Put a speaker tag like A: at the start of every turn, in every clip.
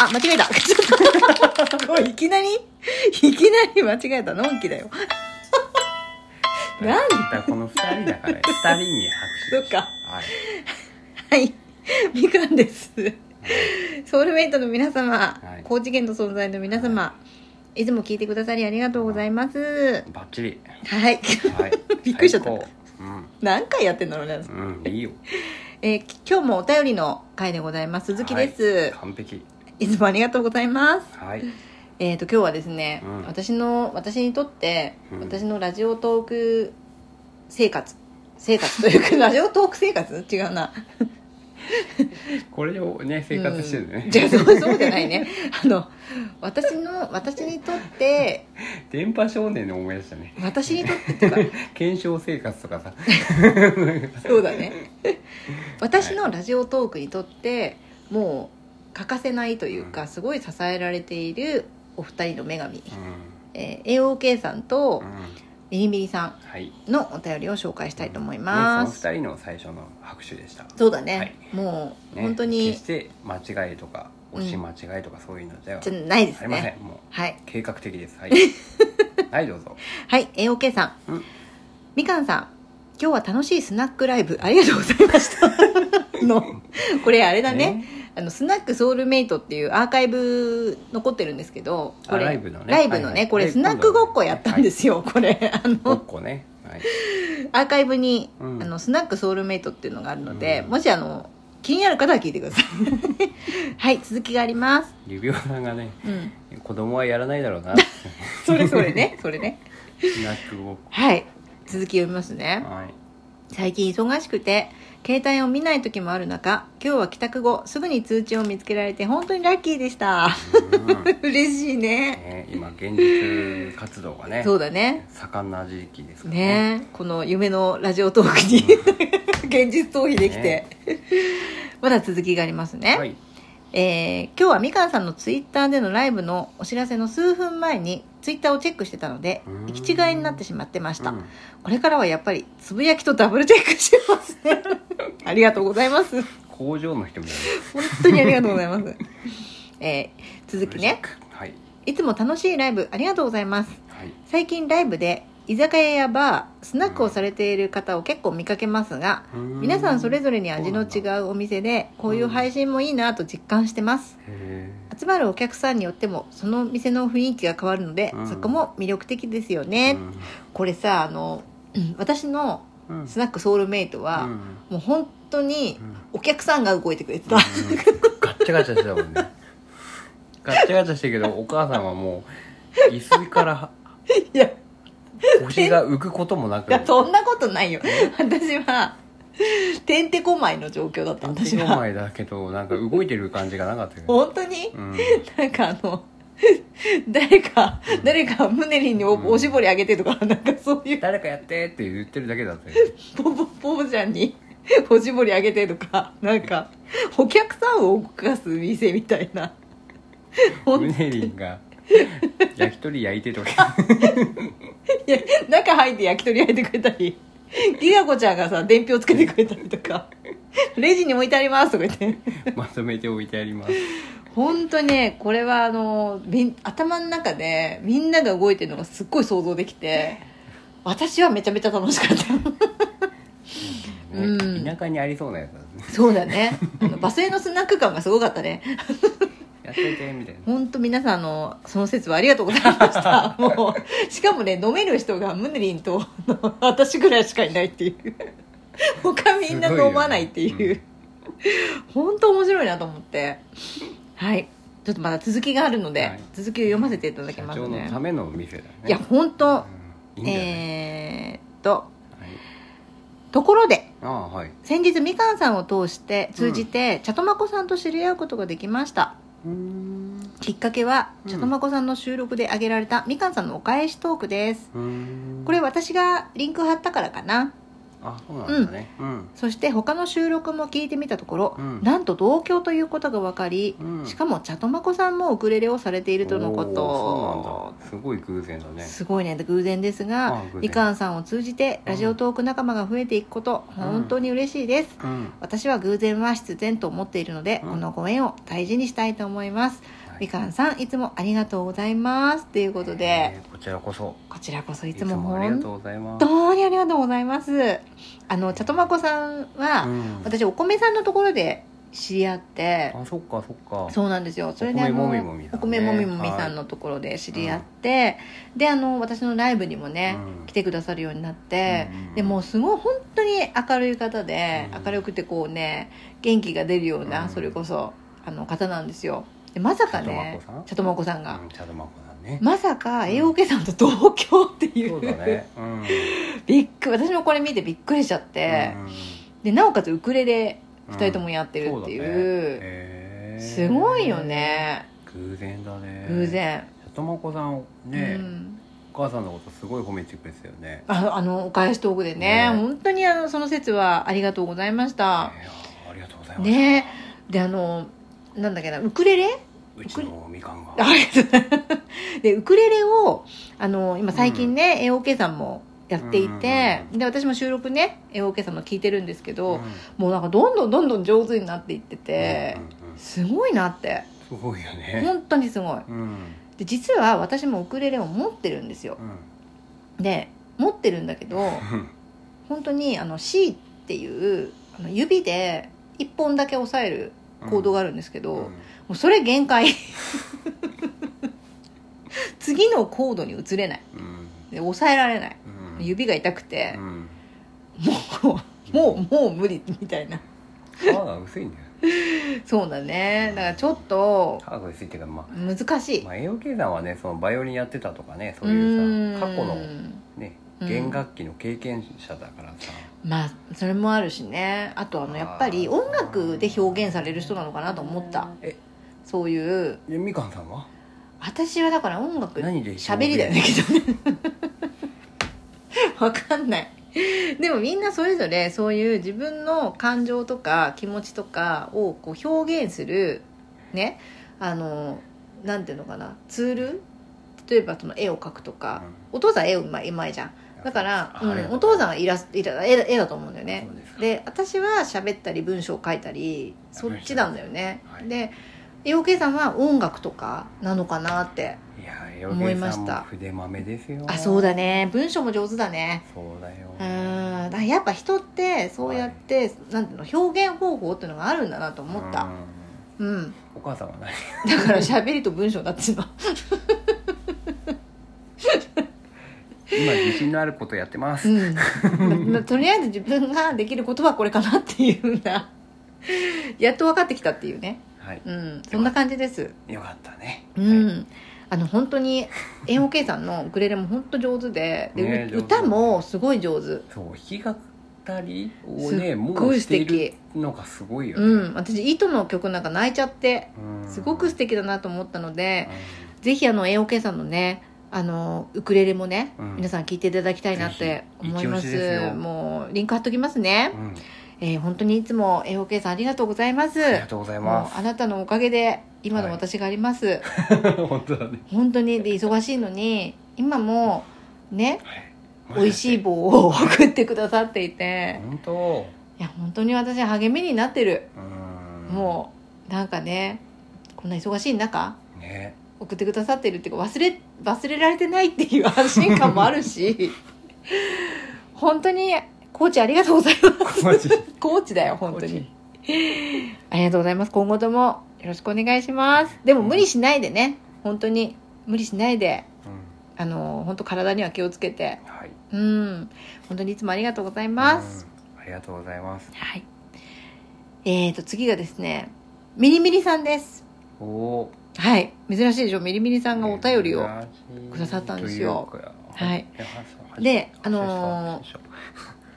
A: あ、間違えた。 ちょっともういきなり、いきなり間違えた。のんきだよ。なん
B: だからこの二人だから、二人に拍手。
A: そっか。
B: はい。
A: はい。みかんです。ソウルメイトの皆様、
B: はい
A: 高知県の存在の皆様、い、つも聞いてくださりありがとうございます。
B: バッ チリ。
A: はい。。
B: はい
A: びっくりしちゃった
B: 最高
A: 何回やってんだろうね。
B: うん。うん。いいよ。
A: えーき今日もお便りの回でございます。鈴木です、
B: はい完璧。
A: い。つもありがとうございます。
B: はい。
A: えっ、と今日はですね、
B: うん
A: 私の私にとって、
B: うん
A: 私のラジオトーク生活生活と いうかラジオトーク生活違うな
B: これをね、生活してるね。
A: うんじゃあそうそうじゃないね あの私の私にとって
B: 電波少年で思い出したね。
A: 私にとってっていう
B: 検証生活とかさ。
A: かそうだね 私のラジオトークにとってもう欠かせないというか、すごい支えられているお二人の女神、
B: う
A: えー、AOK さんと
B: ん。うん。
A: リリミリさ
B: はい。
A: んのお便りを紹介したいと思い
B: ね
A: ます、
B: その二人の最初の拍手でした。
A: そうだね、
B: はい
A: もう、
B: ね
A: 本当に
B: 決して間違いとか、
A: うん
B: 押し間違いとかそういうのでは
A: じゃないで
B: あ
A: す
B: りませ
A: ね
B: ん。もう
A: はい
B: 計画的で す。はい。はい、どうぞ。
A: はい AOK さん、
B: うん
A: みかんさん今日は楽しいスナックライブありがとうございま したのこれあれだねあのスナックソウルメイトっていうアーカイブ残ってるんですけどこれ
B: あライブのね
A: ライブのね
B: はいはい
A: これ
B: で
A: スナックごっこやったんですよ、これあ
B: ごっ
A: の
B: こね。はい。
A: アーカイブに、
B: うん
A: あのスナックソウルメイトっていうのがあるので、
B: うん
A: もしあの気になる方は聞いてください はい続きがあります、
B: 指輪さんがね、
A: うん、
B: 子供はやらないだろうな。
A: それそれねそれね
B: スナックごっ
A: はい続き読みますね
B: こ。はい。
A: 最近忙しくて携帯を見ない時もある中今日は帰宅後すぐに通知を見つけられて本当にラッキーでした
B: うん
A: 嬉しいね
B: ね、今現実活動がね
A: そうだね
B: 盛んな時期ですからね
A: ねこの夢のラジオトーク に現実逃避できて、
B: ね
A: まだ続きがありますね、
B: はい、
A: えー今日はみかんさんのツイッターでのライブのお知らせの数分前にツイッターをチェックしてたので
B: うん
A: 行き違いになってしまってました、
B: うん
A: これからはやっぱりつぶやきとダブルチェックしますねありがとうございます
B: 工場の人もや
A: 本当にありがとうございます。 えー
B: る
A: 続きね。
B: はい
A: いつも楽しいライブありがとうございます。
B: はい
A: 最近ライブで居酒屋やバー、スナックをされている方を結構見かけますが、
B: うん
A: 皆さんそれぞれに味の違うお店で、こういう配信もいいなと実感してます。
B: へ
A: 集まるお客さんによってもその店の雰囲気が変わるので、
B: うん
A: そこも魅力的ですよ
B: え
A: ね。これさ、あの、 うん私の
B: うん
A: スナックソウルメイトは、
B: うん
A: もう本当に
B: うん
A: お客さんが 動いてくれてた。
B: ガッチャガチャしてたもんねガッチャガチャしてるけどお母さんはもう椅子から
A: いや
B: 腰が浮くこともなく
A: いやそんなことないよ私はてんてこまいの状況だった私
B: 手
A: は
B: 前だけどなんか動いてる感じがなかった けど、
A: 本当に
B: うん、
A: なんかあの 誰か誰かムネリンにお
B: うん
A: おしぼりあげてとかなんかそういう
B: 誰かやってって言ってるだけだったよ
A: ポポポポちゃんに おしぼりあげてとかなんかお客さんを動かす店みたいなほん
B: ム
A: い
B: ネリンが焼き鳥焼いてとか
A: や中入って焼き鳥焼いてくれたりギガ子ちゃんがさ伝票つけてくれたりとかレジに置いてありますとか言って
B: まとめて置いてあります
A: 本当にねこれはあのみん頭の中でみんなが動いてるのがすっごい想像できて私はめちゃめちゃ楽しかった
B: ね
A: うん
B: 田舎にありそうなやつだね
A: そうだねあのバスへのスナック感がすごかったね
B: やっといてみたいな
A: 本当皆さんあのその説はありがとうございま したもうしかもね飲める人がムネリンとあの私ぐらいしかいないって いう他みんな飲まないっていう
B: すごいよね
A: 本当面白いなと思ってはいちょっとまだ続きがあるので、
B: はい
A: 続きを読ませていただき
B: 社
A: ます
B: 長の
A: ね
B: ためのお店だね
A: いや本当、
B: うんいいんじゃない、
A: えーっと
B: はい、
A: ところで
B: ああはい
A: 先日みかんさんを通して通じて、茶とまこさんと知り合うことができました
B: うーん
A: きっかけは
B: うん
A: 茶とまこさんの収録で挙げられたみかんさんのお返しトークです
B: うーん
A: これ私がリンク貼ったからかな
B: あそうなんだねうん
A: そして他の収録も聞いてみたところ、
B: うん
A: なんと同居ということが分かり、
B: うん
A: しかも茶とまこさんもウクレレをされているとのこ
B: おーそう
A: と
B: なんだすごい偶然だね
A: すごいね偶然ですが
B: あ偶然
A: みかんさんを通じてラジオトーク仲間が増えていくこと、
B: うん
A: 本当に嬉しいです
B: うん
A: 私は偶然は必然と思っているので、
B: うん
A: このご縁を大事にしたいと思います、
B: はい
A: みかんさんいつもありがとうございますということで、
B: えーこちらこそ
A: こちらこそい
B: い
A: つ
B: つ
A: も
B: もありが
A: 本
B: とうございます
A: 当にありがとうございますあの茶とまこさんは、
B: うん
A: 私お米さんのところで知り合って
B: あそっかそっか
A: そうなんですよそれであの
B: お米もみもみさんね
A: お米もみもみさんのところで知り合って、であの私のライブにもね、
B: うん
A: 来てくださるようになって、
B: うん
A: でもうすごい本当に明るい方で、
B: うん
A: 明るくてこうね元気が出るような、
B: うん
A: それこそあの方なんですよでまさかね
B: ち
A: 茶とまこさんが、
B: うんちゃんとまこさんね
A: まさか AOK さんと同居っていう,、
B: そうだねうん
A: びっくり私もこれ見てびっくりしちゃって、でなおかつウクレレ
B: うん
A: 2人ともやってるっていう,、
B: そうだねへー
A: すごいよね、
B: 偶然だね
A: 偶然、
B: ちゃんとまこさんね
A: うん、
B: お母さんのことすごい褒めてくれてたよね
A: ああのお返しトークでね
B: ね
A: 本当にあのその説はありがとうございまし
B: いや
A: た
B: ーありがとうございます
A: ねであのなんだっけなウクレレ
B: うちのみかんが
A: ありがとうご ざいますでウクレレをあの今最近ね、AOK さんもやっていて、
B: うん
A: で私も収録ね AOK さんの聞いてるんですけど、
B: うん
A: もうなんかどんどんどんどん上手になっていってて、
B: うんうん
A: すごいなって
B: すごいよね
A: 本当にすごい
B: うん
A: で実は私もウクレレを持ってるんですよ
B: うん
A: で持ってるんだけど本当にあの C っていうあの指で1本だけ押さえるコードがあるんですけど、もうそれ限界 次のコードに移れない
B: うん
A: で押さえられない
B: うん
A: 指が痛くて
B: う、ん
A: もうもうもう無理みたいな
B: 皮が薄いんだよ
A: そうだねだからちょっと
B: 皮が薄いっていうかまあ
A: 難しい、
B: まあ、AOK さんはねそのバイオリンやってたとかねそう
A: う
B: い
A: ー
B: うんさ過去のね
A: うん
B: 弦楽器の経験者だからさ、
A: まあそれもあるしねあとあのやっぱり音楽で表現される人なのかなと思った
B: え
A: そういう
B: でみかんさんは
A: 私はだから音楽
B: 何で表現
A: 喋りだよねきっとね わかんないでもみんなそれぞれそういう自分の感情とか気持ちとかをこう表現するねあのなんていうのかなツール例えばその絵を描くとか、お父さん絵うまいうまいじゃんだから、うんお父さん
B: ん
A: はイラストイラ絵だ絵だと思うんだよね
B: そうですか
A: で私は喋ったり文章を書いたりそっちなんだよね、
B: はい
A: で AOK さんは音楽とかなのかなって
B: いや
A: 思い
B: AOK
A: ま
B: さ
A: し
B: ん
A: た
B: も筆豆ですよ
A: あそうだね文章も上手だね
B: そうだよ
A: うんだからやっぱ人ってそうやって、なんていうの表現方法っていうのがあるんだなと思っ
B: う
A: た
B: ん
A: うん、
B: お母さんは何
A: だから喋りと文章だっていうの
B: 今自信のあることやってま
A: う
B: す、
A: ん ままとりあえず自分ができることはこれかなっていうふうなやっと分かってきたっていうね
B: はい
A: うんそんな感じです
B: よかったね
A: うん、
B: はい
A: あの本当に AOK さんのウクレレも本当上手でで、
B: ね
A: う
B: 上手
A: 歌もすごい上手
B: そう弾き語りをね
A: すっ
B: も
A: ご
B: う
A: い
B: し
A: 素
B: て
A: 敵
B: いるのがすごいよね、
A: うん私「糸」の曲なんか泣いちゃって
B: うん
A: すごく素敵だなと思ったので、ぜひあの AOK さんのねあのウクレレもね、
B: うん
A: 皆さん聴いていただきたいなって
B: ぜひ
A: 思いま
B: 一押し
A: す
B: ですよ
A: もうリンク貼っときますね
B: う、ん、
A: えー本当にいつも AOK さんありがとうございます
B: ありがとうございま
A: もうあなたのおかげで今の私があります、
B: す 本当だね
A: 本当にで忙しいのに今もね美味しい
B: い
A: 棒を送ってくださっていて
B: 本当
A: いや本当に私励みになってる、
B: うん
A: もうなんかねこんな忙しい中
B: う ね
A: 送ってくださってるっていうか忘れ忘れられてないっていう安心感もある し本当にコーチありがとうございます
B: マジ
A: コーチだよ本当にありがとうございます今後ともよろしくお願いしますでも無理しないでね本当に無理しないで
B: うん
A: あの本当体には気をつけて
B: はい
A: うん、本当にいつもありがとうございます。
B: うんありがとうございます
A: はい。えーと、次がですね、ミリミリさんです。
B: おお
A: はい。珍しいでしょ、ミリミリさ
B: さ
A: んがお便りを。
B: く
A: ださったんですよはいで
B: で
A: あのー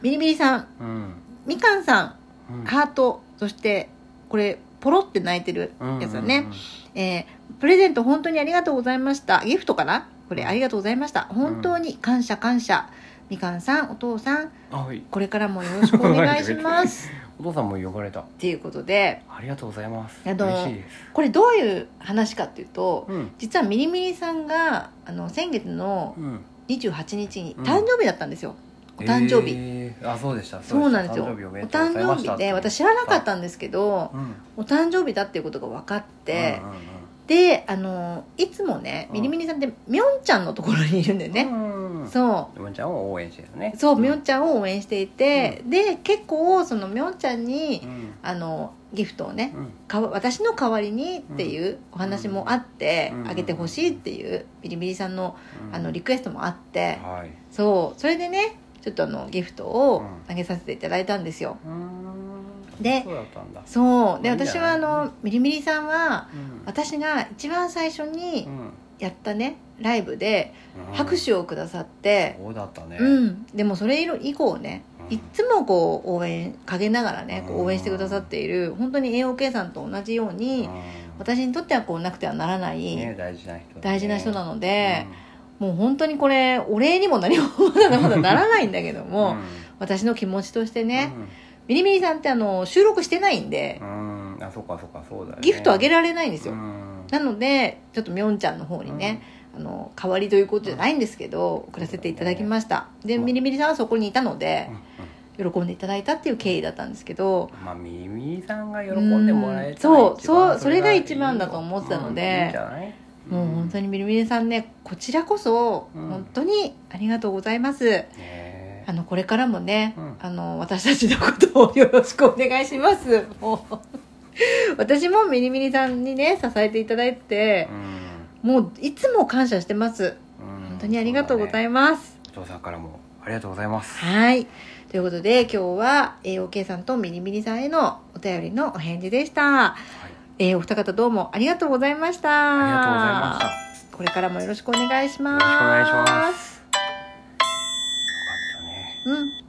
A: ミリミリさん、
B: うん
A: みかんさ
B: うん
A: ん、ハート、そして、これ、ポロって泣いてるやつだね。えープレゼント本当にありがとうございました。ギフトかなこれ、ありがとうございました。本当に感謝感謝。みかんさんお父さん
B: あはい
A: これからもよろしくお願いします
B: お父さんも呼ばれた
A: っていうことで
B: ありがとうございます
A: あの
B: 嬉しいです
A: これどういう話かっていうと
B: うん
A: 実はミリミリさんがあの先月の
B: うん
A: 28日に
B: うん
A: 誕生日だったんですよ、お誕生日、
B: えーあそうでした
A: そうなんですよ
B: お
A: お
B: 誕生日おめでとうござい
A: 誕
B: ま
A: 生
B: した
A: 日で私知らなかったんですけど
B: うん
A: お誕生日だっていうことが分かって、
B: うんうんうん
A: であのいつもね
B: うん
A: ミリミリさんってみょんちゃんのところにいるんだよね、
B: うん
A: そう
B: みょんちゃんを応援してるね
A: そうみょんちゃんを応援していて、で結構そのみょんちゃんに、
B: うん
A: あのギフトをね
B: うん
A: かわ私の代わりにっていうお話もあって、
B: うん
A: あげてほしいっていうビリビリさんの
B: うん
A: あのリクエストもあって、
B: はい
A: そうそれでねちょっとあのギフトをあげさせていただいたんですよ、
B: うーん
A: で
B: そうだったんだ
A: そうで
B: いいんじゃない
A: 私はあのビリビリさんは
B: うん
A: 私が一番最初に
B: うん
A: やったねライブで
B: うん
A: 拍手をくださって、
B: そうだったね
A: うん、でもそれ以降ね、
B: うん
A: いつもこう応援陰ながらねこ
B: う
A: うん応援してくださっている本当に AOK さんと同じよう
B: うん
A: に私にとってはこうなくてはならない、
B: ね大事な人だね
A: 大事な人なので、もう本当にこれお礼にも何もまだまだならないんだけど
B: うん
A: も、
B: うん
A: 私の気持ちとしてね、ミリミリさんってあの収録してないんで
B: う、んうんあそうかそうかそうだよね
A: ギフトあげ
B: る
A: られないんですよ、
B: ん
A: なのでちょっとみょんちゃんの方にね、あの代わりということじゃないんですけど、送らせていただきましたで、
B: うん
A: ミリミリさんはそこにいたので
B: うん、
A: 喜んでいただいたっていう経緯だったんですけど
B: まあミミさんが喜んでもらえた
A: う
B: ら
A: んそ
B: 一
A: うそう
B: 番
A: それが
B: いい
A: 一番だと思ってたので
B: うんいいんじゃない
A: もう本当
B: に
A: にミリミリさんねこちらこそ
B: うん
A: 本当にありがとうございますあのこれからもね、
B: うん
A: あの私たちのことをよろしくお願いしますもう 私もミリミリさんにね支えていただいて、もういつも感謝してます
B: 本
A: 本当にありがとうございます、
B: お父さんからもありがとうございます
A: はいということで今日は AOK さんとミリミリさんへのお便りのお返事でした、えーお二方どうもありがとうございました
B: ありがとうございました
A: これからもよろしくお願いします
B: よろしくお願いしますよかったね
A: うん